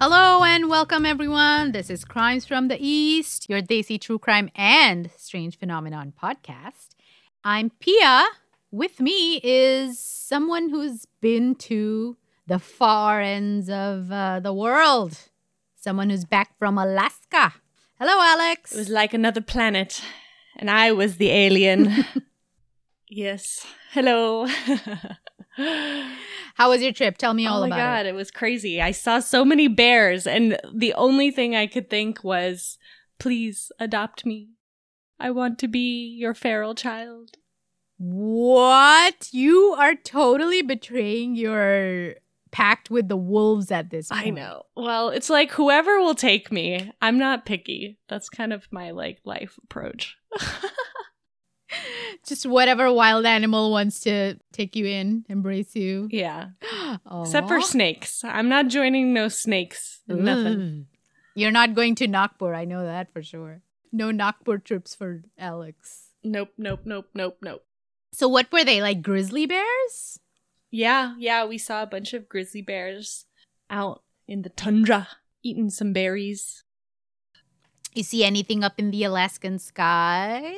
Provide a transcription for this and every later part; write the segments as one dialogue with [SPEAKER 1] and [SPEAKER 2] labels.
[SPEAKER 1] Hello and welcome, everyone. This is Crimes from the East, your Desi True Crime and Strange Phenomenon podcast. I'm Pia. With me is someone who's been to the far ends of uh, the world, someone who's back from Alaska. Hello, Alex.
[SPEAKER 2] It was like another planet, and I was the alien. yes. Hello.
[SPEAKER 1] How was your trip? Tell me all
[SPEAKER 2] oh
[SPEAKER 1] about
[SPEAKER 2] my god,
[SPEAKER 1] it.
[SPEAKER 2] it was crazy. I saw so many bears, and the only thing I could think was, please adopt me. I want to be your feral child.
[SPEAKER 1] What? You are totally betraying your pact with the wolves at this point.
[SPEAKER 2] I know. Well, it's like whoever will take me. I'm not picky. That's kind of my like life approach.
[SPEAKER 1] Just whatever wild animal wants to take you in, embrace you.
[SPEAKER 2] Yeah. Except for
[SPEAKER 1] Aw.
[SPEAKER 2] snakes. I'm not joining no snakes. Nothing.
[SPEAKER 1] Ugh. Mm. You're not going to Nagpur. I know that for sure. No Nagpur trips for Alex.
[SPEAKER 2] Nope, nope, nope, nope, nope.
[SPEAKER 1] So what were they like? Grizzly bears?
[SPEAKER 2] Yeah, yeah, we saw a bunch of grizzly bears out in the tundra eating some berries.
[SPEAKER 1] You see anything up in the Alaskan skies?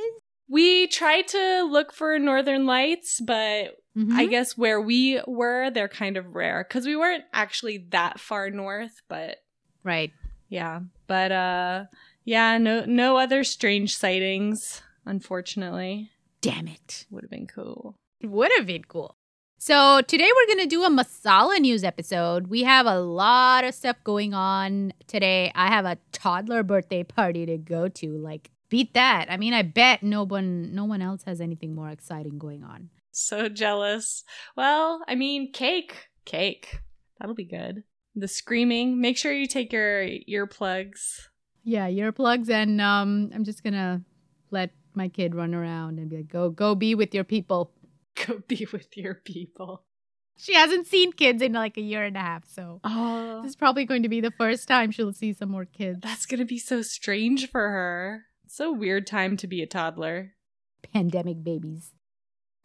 [SPEAKER 2] We tried to look for northern lights, but I
[SPEAKER 1] Mhm.
[SPEAKER 2] guess where we were, they're kind of rare cuz we weren't actually that far north, but
[SPEAKER 1] right.
[SPEAKER 2] yeah. But uh yeah, no no other strange sightings, unfortunately.
[SPEAKER 1] Damn it.
[SPEAKER 2] Would have been cool.
[SPEAKER 1] It would have been cool. So today we're gonna do a masala news episode. We have a lot of stuff going on today. I have a toddler birthday party to go to. Like, beat that. I mean, I bet no one no one else has anything more exciting going on.
[SPEAKER 2] So jealous. Well, I mean, cake, cake. That'll be good. The screaming. Make sure you take your earplugs.
[SPEAKER 1] Yeah, earplugs, and um, I'm just gonna let my kid run around and be like, "Go, go, be with your people."
[SPEAKER 2] Go be with your people.
[SPEAKER 1] She hasn't seen kids in like a year and a half, so
[SPEAKER 2] Oh,
[SPEAKER 1] this is probably going to be the first time she'll see some more kids.
[SPEAKER 2] that's gonna be so strange for her. It's a weird time to be a toddler.
[SPEAKER 1] Pandemic babies.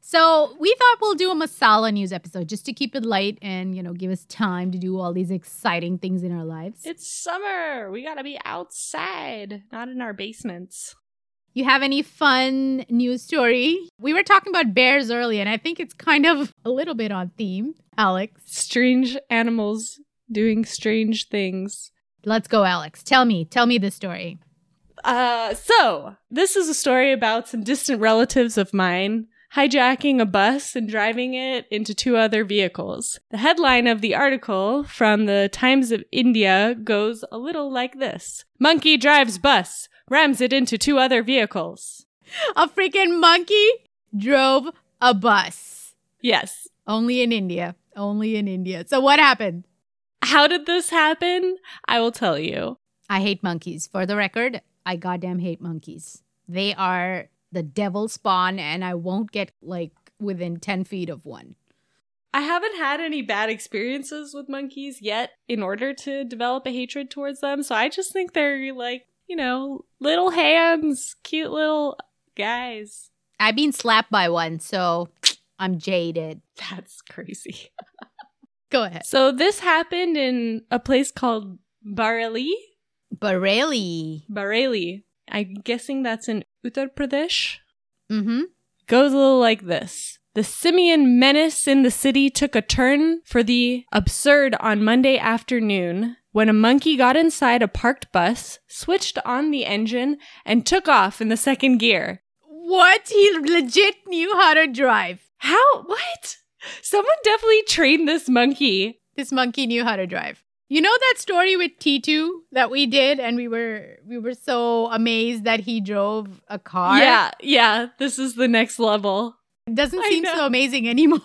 [SPEAKER 1] So we thought we'll do a masala news episode just to keep it light and you know give us time to do all these exciting things in our lives.
[SPEAKER 2] It's summer. We gotta be outside, not in our basements.
[SPEAKER 1] You have any fun news story? We were talking about bears earlier, and I think it's kind of a little bit on theme, Alex.
[SPEAKER 2] Strange animals doing strange things.
[SPEAKER 1] Let's go, Alex. Tell me, tell me the story.
[SPEAKER 2] Uh, so this is a story about some distant relatives of mine hijacking a bus and driving it into two other vehicles. The headline of the article from the Times of India goes a little like this. Monkey drives bus, rams it into two other vehicles.
[SPEAKER 1] A freaking monkey drove a bus.
[SPEAKER 2] Yes.
[SPEAKER 1] Only in India. Only in India. So what happened?
[SPEAKER 2] How did this happen? I will tell you.
[SPEAKER 1] I hate monkeys. For the record, I goddamn hate monkeys. They are the devil spawn, and I won't get like within 10 feet of one.
[SPEAKER 2] I haven't had any bad experiences with monkeys yet in order to develop a hatred towards them. So I just think they're like, you know, little hands, cute little guys.
[SPEAKER 1] I've been slapped by one, so I'm jaded.
[SPEAKER 2] That's crazy.
[SPEAKER 1] Go ahead.
[SPEAKER 2] So this happened in a place called Bareilly.
[SPEAKER 1] Bareilly.
[SPEAKER 2] Bareilly. I'm guessing that's in Uttar Pradesh.
[SPEAKER 1] Mm-hmm.
[SPEAKER 2] goes a little like this. The simian menace in the city took a turn for the absurd on Monday afternoon when a monkey got inside a parked bus, switched on the engine, and took off in the second gear.
[SPEAKER 1] What? He legit knew how to drive.
[SPEAKER 2] How? What? Someone definitely trained this monkey.
[SPEAKER 1] this monkey knew how to drive. You know that story with T2 that we did and we were we were so amazed that he drove a car?
[SPEAKER 2] Yeah, yeah, this is the next level.
[SPEAKER 1] It doesn't
[SPEAKER 2] I
[SPEAKER 1] seem
[SPEAKER 2] know.
[SPEAKER 1] so amazing anymore.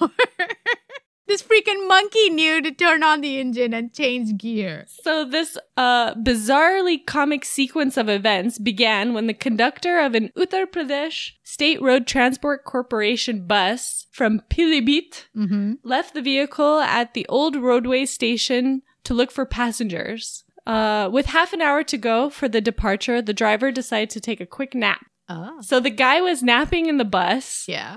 [SPEAKER 1] this freaking monkey knew to turn on the engine and change gear.
[SPEAKER 2] So this uh, bizarrely comic sequence of events began when the conductor of an Uttar Pradesh State Road Transport Corporation bus from Pilibhit
[SPEAKER 1] Mhm.
[SPEAKER 2] left the vehicle at the old roadway station to look for passengers. Uh, with half an hour to go for the departure, the driver decided to take a quick nap.
[SPEAKER 1] Oh.
[SPEAKER 2] So the guy was napping in the bus
[SPEAKER 1] Yeah.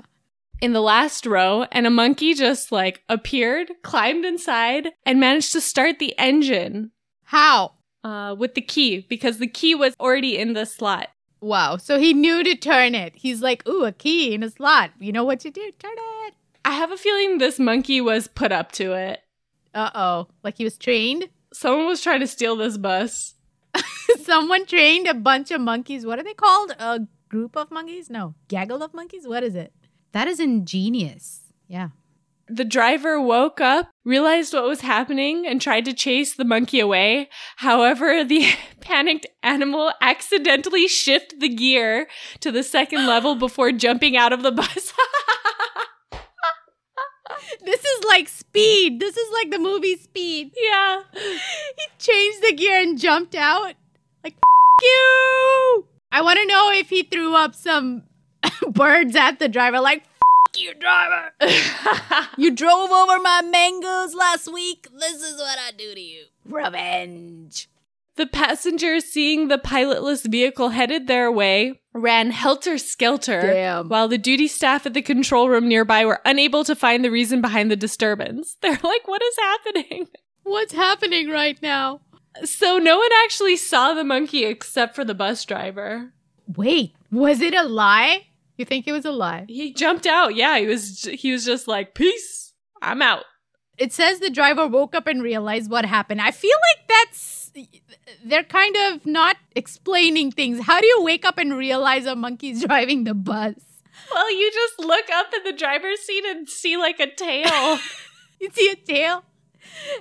[SPEAKER 2] in the last row, and a monkey just like appeared, climbed inside, and managed to start the engine.
[SPEAKER 1] How?
[SPEAKER 2] uh, with the key because the key was already in the slot.
[SPEAKER 1] Wow. So he knew to turn it. He's like, ooh, a key in a slot. You know what you do? Turn it.
[SPEAKER 2] I have a feeling this monkey was put up to it.
[SPEAKER 1] Uh oh. Like he was trained.
[SPEAKER 2] Someone was trying to steal this bus.
[SPEAKER 1] Someone trained a bunch of monkeys. What are they called? A group of monkeys? No, gaggle of monkeys? What is it? That is ingenious. Yeah.
[SPEAKER 2] The driver woke up, realized what was happening, and tried to chase the monkey away. However, the panicked animal accidentally shifted the gear to the second level before jumping out of the bus.
[SPEAKER 1] This is like speed. This is like the movie Speed.
[SPEAKER 2] yeah.
[SPEAKER 1] He changed the gear and jumped out. Like, F- you. I want to know if he threw up some birds at the driver, like, F- you, driver. You drove over my mangoes last week. This is what I do to you. Revenge.
[SPEAKER 2] The passengers, seeing the pilotless vehicle headed their way, ran helter skelter,
[SPEAKER 1] Damn.
[SPEAKER 2] while the duty staff at the control room nearby were unable to find the reason behind the disturbance. They're like, what is happening?
[SPEAKER 1] What's happening right now?
[SPEAKER 2] So, no one actually saw the monkey except for the bus driver.
[SPEAKER 1] Wait, was it a lie? You think it was a lie?
[SPEAKER 2] He jumped out. Yeah, he was he was just like, "Peace. I'm out."
[SPEAKER 1] It says the driver woke up and realized what happened. I feel like that's. They're kind of not explaining things. How do you wake up and realize a monkey's driving the bus?
[SPEAKER 2] Well, you just look up at the driver's seat and see like a tail.
[SPEAKER 1] You see a tail?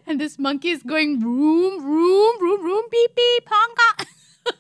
[SPEAKER 1] And this monkey is going room, room, room, room, beep, beep, honka.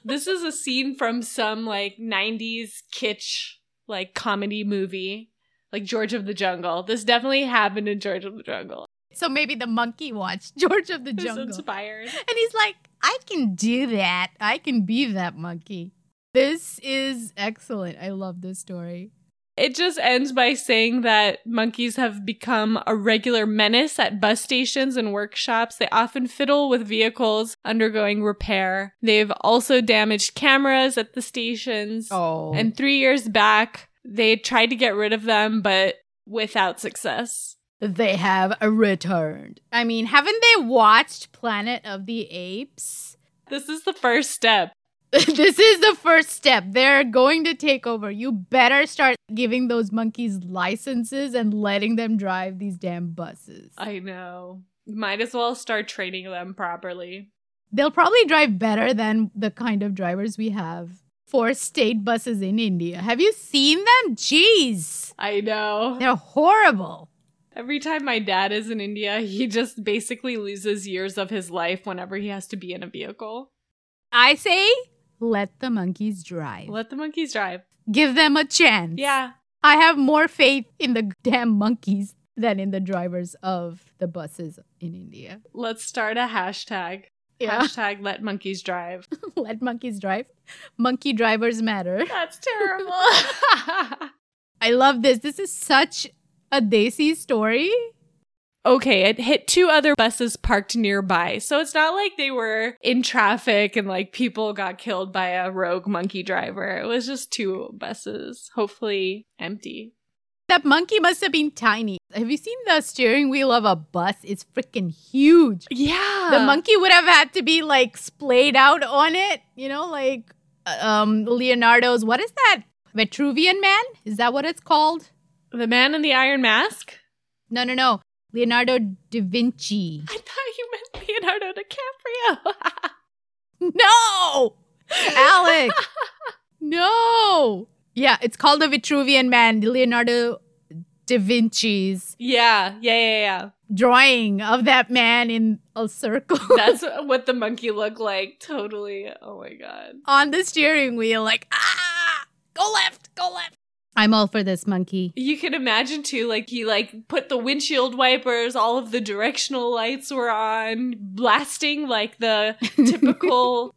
[SPEAKER 2] this is a scene from some like 90s kitsch like comedy movie like george of the jungle this definitely happened in george of the jungle
[SPEAKER 1] So maybe the monkey watched George of the
[SPEAKER 2] It was
[SPEAKER 1] Jungle.
[SPEAKER 2] inspired
[SPEAKER 1] And he's like, I can do that. I can be that monkey. This is excellent. I love this story.
[SPEAKER 2] it just ends by saying that monkeys have become a regular menace at bus stations and workshops. They often fiddle with vehicles undergoing repair. They've also damaged cameras at the stations.
[SPEAKER 1] Oh.
[SPEAKER 2] And three years back, they tried to get rid of them, but without success.
[SPEAKER 1] they have returned. I mean, haven't they watched Planet of the Apes?
[SPEAKER 2] This is the first step.
[SPEAKER 1] this is the first step. They're going to take over. You better start giving those monkeys licenses and letting them drive these damn buses.
[SPEAKER 2] I know. Might as well start training them properly.
[SPEAKER 1] They'll probably drive better than the kind of drivers we have for state buses in India. Have you seen them? Jeez.
[SPEAKER 2] I know.
[SPEAKER 1] They're horrible.
[SPEAKER 2] Every time my dad is in India, he just basically loses years of his life whenever he has to be in a vehicle.
[SPEAKER 1] I say, let the monkeys drive.
[SPEAKER 2] Let the monkeys drive.
[SPEAKER 1] Give them a chance.
[SPEAKER 2] Yeah.
[SPEAKER 1] I have more faith in the damn monkeys than in the drivers of the buses in India.
[SPEAKER 2] Let's start a hashtag. Hashtag let monkeys drive.
[SPEAKER 1] let monkeys drive. Monkey drivers matter.
[SPEAKER 2] That's terrible.
[SPEAKER 1] I love this. This is such a Desi story.
[SPEAKER 2] okay, it hit two other buses parked nearby. So it's not like they were in traffic and like people got killed by a rogue monkey driver. It was just two buses, hopefully empty.
[SPEAKER 1] That monkey must have been tiny. Have you seen the steering wheel of a bus? It's freaking huge.
[SPEAKER 2] Yeah.
[SPEAKER 1] The monkey would have had to be like splayed out on it, you know, like uh, um Leonardo's what is that? Vitruvian man? Is that what it's called?
[SPEAKER 2] The man in the iron mask?
[SPEAKER 1] No, no, no. Leonardo da Vinci.
[SPEAKER 2] I thought you meant Leonardo DiCaprio.
[SPEAKER 1] No! Alec! no! Yeah, it's called the Vitruvian Man, Leonardo da Vinci's
[SPEAKER 2] yeah, yeah, yeah, yeah.
[SPEAKER 1] drawing of that man in a circle
[SPEAKER 2] That's what the monkey looked like. Totally. Oh my god.
[SPEAKER 1] on the steering wheel, like, ah! Go left! Go left! I'm all for this monkey.
[SPEAKER 2] You can imagine too, like he like put the windshield wipers, all of the directional lights were on, blasting like the typical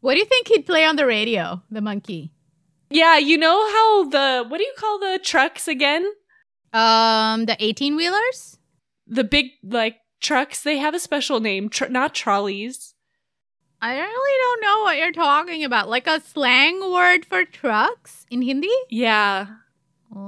[SPEAKER 1] What do you think he'd play on the radio, the monkey?
[SPEAKER 2] Yeah, you know how the what do you call the trucks again?
[SPEAKER 1] Um, the 18 wheelers?
[SPEAKER 2] The big like trucks, they have a special name, tr- not trolleys.
[SPEAKER 1] I really don't know what you're talking about. Like a slang word for trucks in Hindi?
[SPEAKER 2] Yeah.
[SPEAKER 1] Uh,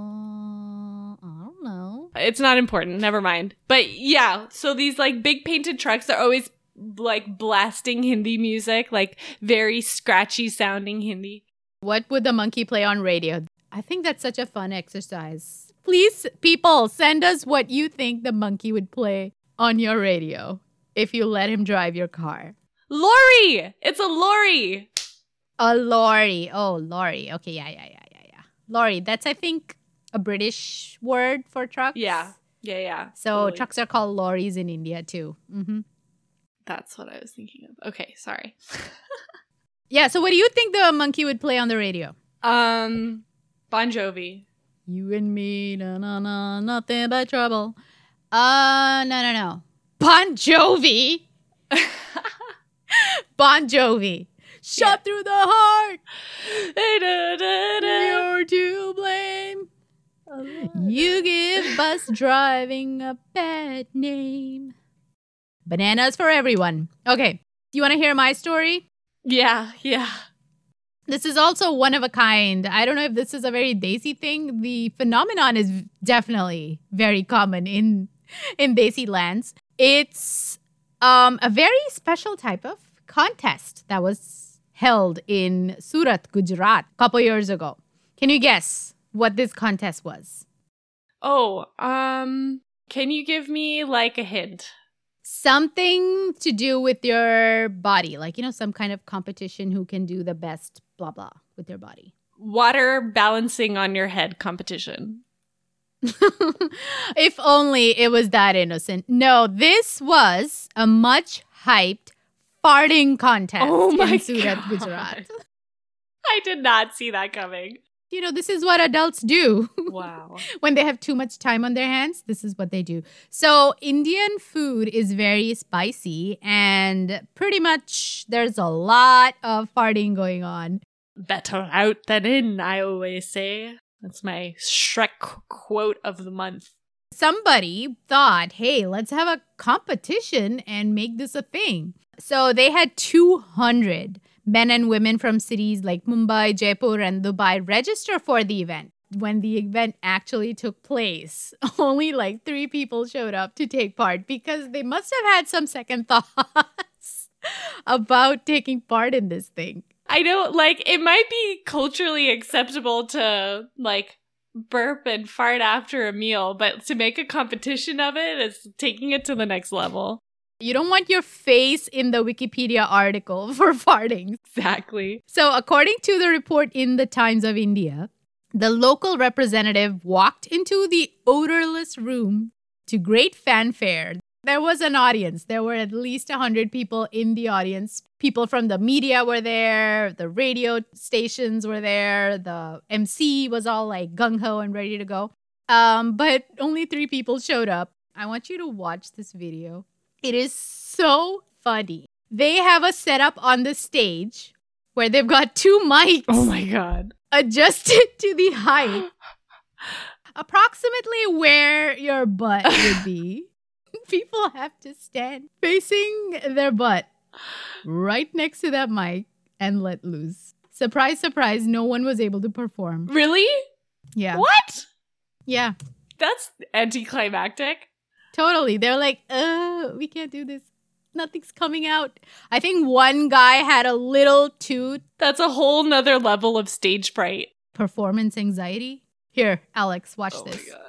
[SPEAKER 1] I don't know.
[SPEAKER 2] It's not important. Never mind. But yeah, so these like big painted trucks are always like blasting Hindi music, like very scratchy sounding Hindi.
[SPEAKER 1] What would the monkey play on radio? I think that's such a fun exercise. Please, people, send us what you think the monkey would play on your radio if you let him drive your car.
[SPEAKER 2] Lori! It's a Lori!
[SPEAKER 1] A lorry. Oh, lorry. Okay, yeah, yeah, yeah, yeah, yeah. Lorry. That's I think a British word for trucks.
[SPEAKER 2] Yeah. Yeah, yeah.
[SPEAKER 1] So
[SPEAKER 2] totally.
[SPEAKER 1] trucks are called lorries in India too. hmm
[SPEAKER 2] That's what I was thinking of. Okay, sorry.
[SPEAKER 1] Yeah. So what do you think the monkey would play on the radio?
[SPEAKER 2] Um, Bon Jovi.
[SPEAKER 1] You and me, na na na, nothing but trouble. Uh, no, no, no. Bon Jovi. Bon Jovi. Shot through the heart.
[SPEAKER 2] Da-da-da-da.
[SPEAKER 1] You're to blame. You give bus driving a bad name. Bananas for everyone. Okay, you want to hear my story?
[SPEAKER 2] Yeah, yeah.
[SPEAKER 1] This is also one of a kind. I don't know if this is a very Desi thing. The phenomenon is definitely very common in in Desi lands. It's um, a very special type of contest that was held in Surat, Gujarat, a couple years ago. Can you guess what this contest was?
[SPEAKER 2] Oh, um, can you give me like a hint?
[SPEAKER 1] Something to do with your body, like you know, some kind of competition who can do the best, blah blah, with your body.
[SPEAKER 2] Water balancing on your head competition.
[SPEAKER 1] if only it was that innocent. No, this was a much hyped farting contest
[SPEAKER 2] Oh my
[SPEAKER 1] in Surat,
[SPEAKER 2] God.
[SPEAKER 1] Gujarat.
[SPEAKER 2] I did not see that coming.
[SPEAKER 1] You know, this is what adults do
[SPEAKER 2] Wow.
[SPEAKER 1] when they have too much time on their hands. This is what they do. So, Indian food is very spicy, and pretty much there's a lot of farting going on.
[SPEAKER 2] Better out than in, I always say. That's my Shrek quote of the month.
[SPEAKER 1] somebody thought, hey, let's have a competition and make this a thing. So they had 200 men and women from cities like Mumbai, Jaipur, and Dubai register for the event. When the event actually took place, only like three people showed up to take part because they must have had some second thoughts about taking part in this thing.
[SPEAKER 2] I know, like, it might be culturally acceptable to, like, burp and fart after a meal, but to make a competition of it is taking it to the next level.
[SPEAKER 1] You don't want your face in the Wikipedia article for farting.
[SPEAKER 2] Exactly.
[SPEAKER 1] So, according to the report in the Times of India, the local representative walked into the odorless room to great fanfare. There was an audience. There were at least 100 people in the audience. People from the media were there, the radio stations were there, the MC was all like gung ho and ready to go. Um, but only three people showed up. I want you to watch this video. It is so funny. They have a setup on the stage where they've got two mics
[SPEAKER 2] Oh my god.
[SPEAKER 1] adjusted to the height, approximately where your butt would be. People have to stand facing their butt right next to that mic and let loose. Surprise, surprise, no one was able to perform.
[SPEAKER 2] Really?
[SPEAKER 1] Yeah.
[SPEAKER 2] What?
[SPEAKER 1] Yeah.
[SPEAKER 2] That's anticlimactic.
[SPEAKER 1] Totally. They're like, uh, we can't do this. Nothing's coming out. I think one guy had a little too
[SPEAKER 2] That's a whole nother level of stage fright.
[SPEAKER 1] performance anxiety. Here, Alex, watch
[SPEAKER 2] Oh
[SPEAKER 1] this.
[SPEAKER 2] god.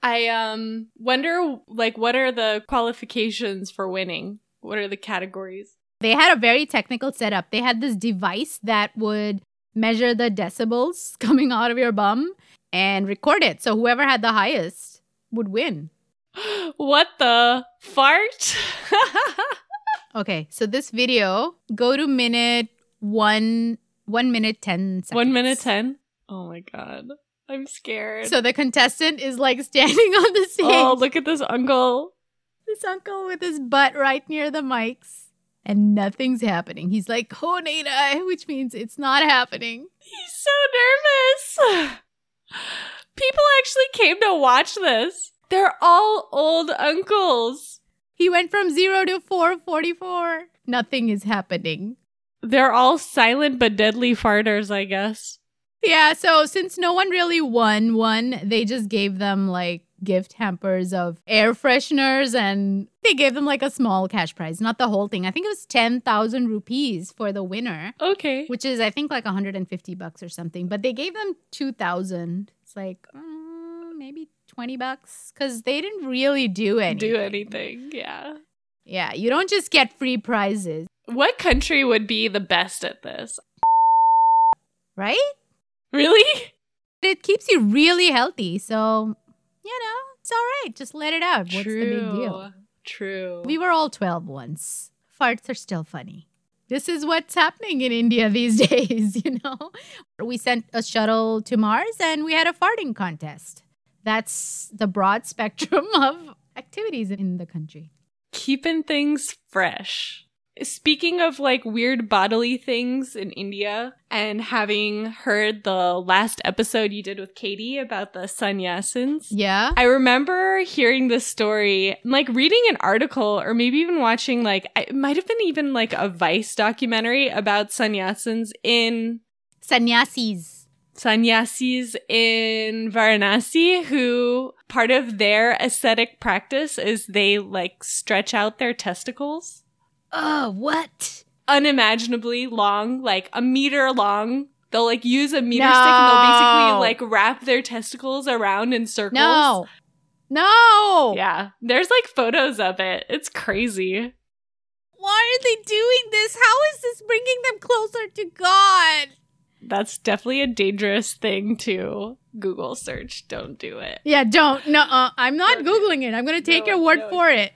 [SPEAKER 2] I um wonder like what are the qualifications for winning? What are the categories?
[SPEAKER 1] They had a very technical setup. They had this device that would measure the decibels coming out of your bum and record it. So whoever had the highest would win.
[SPEAKER 2] What the fart?
[SPEAKER 1] Okay, so this video, go to minute one, one minute 10 seconds.
[SPEAKER 2] 1 minute 10. Oh my god. I'm scared.
[SPEAKER 1] So the contestant is like standing on the stage.
[SPEAKER 2] oh, look at this uncle.
[SPEAKER 1] this uncle with his butt right near the mics and nothing's happening. He's like, "Ho Nada," which means it's not happening.
[SPEAKER 2] He's so nervous. People actually came to watch this. They're all old uncles.
[SPEAKER 1] He went from 0 to 444. Nothing is happening.
[SPEAKER 2] They're all silent but deadly farters, I guess.
[SPEAKER 1] Yeah, so since no one really won one, they just gave them like gift hampers of air fresheners and they gave them like a small cash prize, not the whole thing. I think it was 10,000 rupees for the winner,
[SPEAKER 2] Okay.
[SPEAKER 1] which is I think like 150 bucks or something, but they gave them 2,000. It's like mm, maybe 20 bucks cuz they didn't really do anything.
[SPEAKER 2] Do anything. Yeah.
[SPEAKER 1] Yeah, you don't just get free prizes,
[SPEAKER 2] What country would be the best at this?
[SPEAKER 1] right?
[SPEAKER 2] Really?
[SPEAKER 1] it keeps you really healthy. So, you know, it's all right. Just let it out. What's the big deal?
[SPEAKER 2] True.
[SPEAKER 1] We were all 12 once. Farts are still funny. This is what's happening in India these days, you know? We sent a shuttle to Mars and we had a farting contest. That's the broad spectrum of activities in the country.
[SPEAKER 2] keeping things fresh. Speaking of like weird bodily things in India, and having heard the last episode you did with Katie about the sannyasins,
[SPEAKER 1] Yeah.
[SPEAKER 2] I remember hearing this story, and, like reading an article or maybe even watching, like, I- it might have been even like a Vice documentary about sannyasins in
[SPEAKER 1] Sannyasis.
[SPEAKER 2] sannyasis in Varanasi who part of their ascetic practice is they like stretch out their testicles
[SPEAKER 1] Oh, what?
[SPEAKER 2] unimaginably long, like a meter long. They'll like use a meter stick and they'll
[SPEAKER 1] No.
[SPEAKER 2] basically like wrap their testicles around in circles.
[SPEAKER 1] No. No.
[SPEAKER 2] Yeah. There's like photos of it. It's crazy.
[SPEAKER 1] Why are they doing this? How is this bringing them closer to God?
[SPEAKER 2] That's definitely a dangerous thing to Google search. Don't do it.
[SPEAKER 1] Yeah, don't. No, uh, I'm not
[SPEAKER 2] Okay.
[SPEAKER 1] Googling it. I'm going to take
[SPEAKER 2] No,
[SPEAKER 1] your word
[SPEAKER 2] no.
[SPEAKER 1] for it.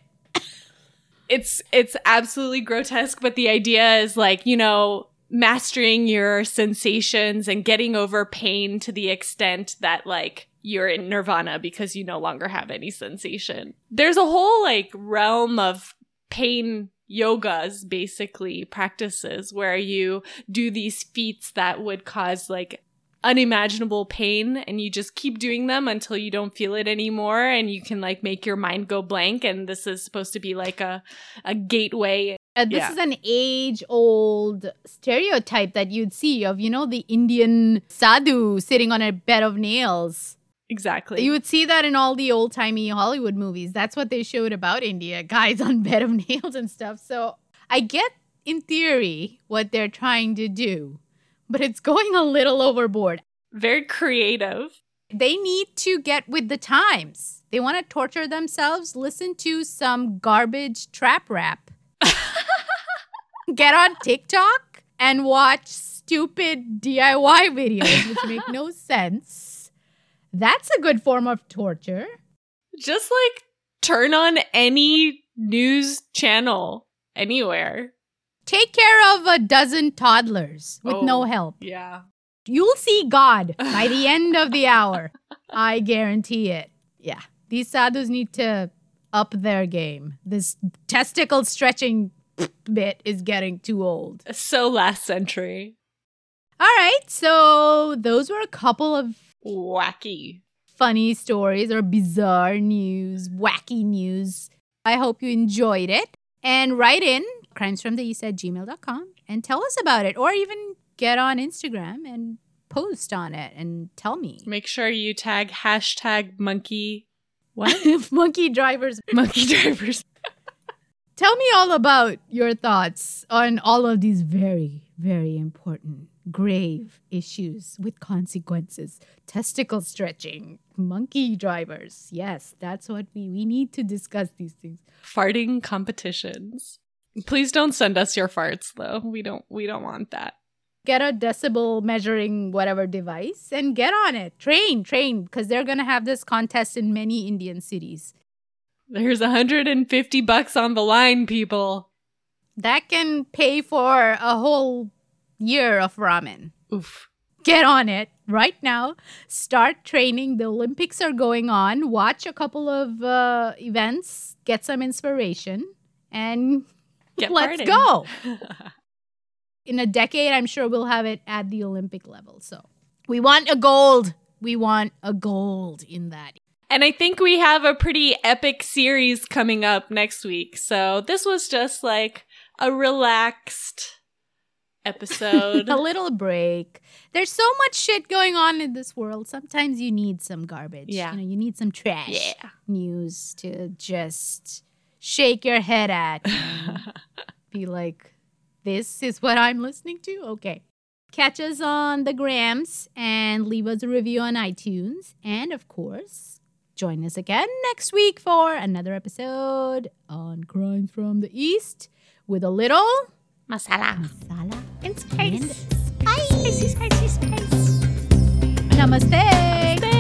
[SPEAKER 2] it's it's absolutely grotesque but the idea is like you know mastering your sensations and getting over pain to the extent that like you're in nirvana because you no longer have any sensation there's a whole like realm of pain yogas basically practices where you do these feats that would cause like unimaginable pain and you just keep doing them until you don't feel it anymore and you can like make your mind go blank and this is supposed to be like a a gateway
[SPEAKER 1] Uh, this
[SPEAKER 2] Yeah.
[SPEAKER 1] is an age old stereotype that you'd see of, you know, the Indian sadhu sitting on a bed of nails.
[SPEAKER 2] exactly
[SPEAKER 1] You would see that in all the old timey Hollywood movies. That's what they showed about India guys on bed of nails and stuff. So I get, in theory, what they're trying to do, but it's going a little overboard.
[SPEAKER 2] very creative
[SPEAKER 1] they need to get with the times. They want to torture themselves, listen to some garbage trap rap, get on TikTok, and watch stupid DIY videos, which make no sense. That's a good form of torture.
[SPEAKER 2] just like turn on any news channel anywhere
[SPEAKER 1] Take care of a dozen toddlers with no
[SPEAKER 2] Oh.
[SPEAKER 1] help.
[SPEAKER 2] yeah
[SPEAKER 1] You'll see God by the end of the hour. I guarantee it. Yeah. These sadhus need to up their game. This testicle stretching bit is getting too old.
[SPEAKER 2] so last century
[SPEAKER 1] All right. So, those were a couple of
[SPEAKER 2] wacky
[SPEAKER 1] funny stories or bizarre news, wacky news. I hope you enjoyed it. And write in crimesfromtheeast at gmail.com and tell us about it, or even get on Instagram and post on it and tell me.
[SPEAKER 2] make sure you tag hashtag monkey what
[SPEAKER 1] monkey drivers.
[SPEAKER 2] monkey drivers
[SPEAKER 1] Tell me all about your thoughts on all of these very, very important, grave issues with consequences. Testicle stretching, monkey drivers. Yes, that's what we we need to discuss these things.
[SPEAKER 2] farting competitions. Please don't send us your farts though. We don't we don't want that.
[SPEAKER 1] Get a decibel measuring whatever device and get on it. Train, train, because they're gonna have this contest in many Indian cities.
[SPEAKER 2] There's 150 bucks on the line, people.
[SPEAKER 1] That can pay for a whole year of ramen.
[SPEAKER 2] Oof.
[SPEAKER 1] get on it right now start training the olympics are going on watch a couple of uh, events get some inspiration and
[SPEAKER 2] Get
[SPEAKER 1] let's
[SPEAKER 2] farting.
[SPEAKER 1] go in a decade i'm sure we'll have it at the olympic level so we want a gold we want a gold in that
[SPEAKER 2] and I think we have a pretty epic series coming up next week. So this was just like a relaxed episode.
[SPEAKER 1] a little break. There's so much shit going on in this world. Sometimes you need some garbage.
[SPEAKER 2] Yeah.
[SPEAKER 1] You know, you need some trash
[SPEAKER 2] Yeah.
[SPEAKER 1] news to just shake your head at and be like, this is what I'm listening to? Okay. Catch us on the grams and leave us a review on iTunes. And of course, join us again next week for another episode on Crimes from the East with a little
[SPEAKER 2] Masala.
[SPEAKER 1] masala
[SPEAKER 2] In
[SPEAKER 1] and
[SPEAKER 2] space. Spicy, spicy space.
[SPEAKER 1] Namaste.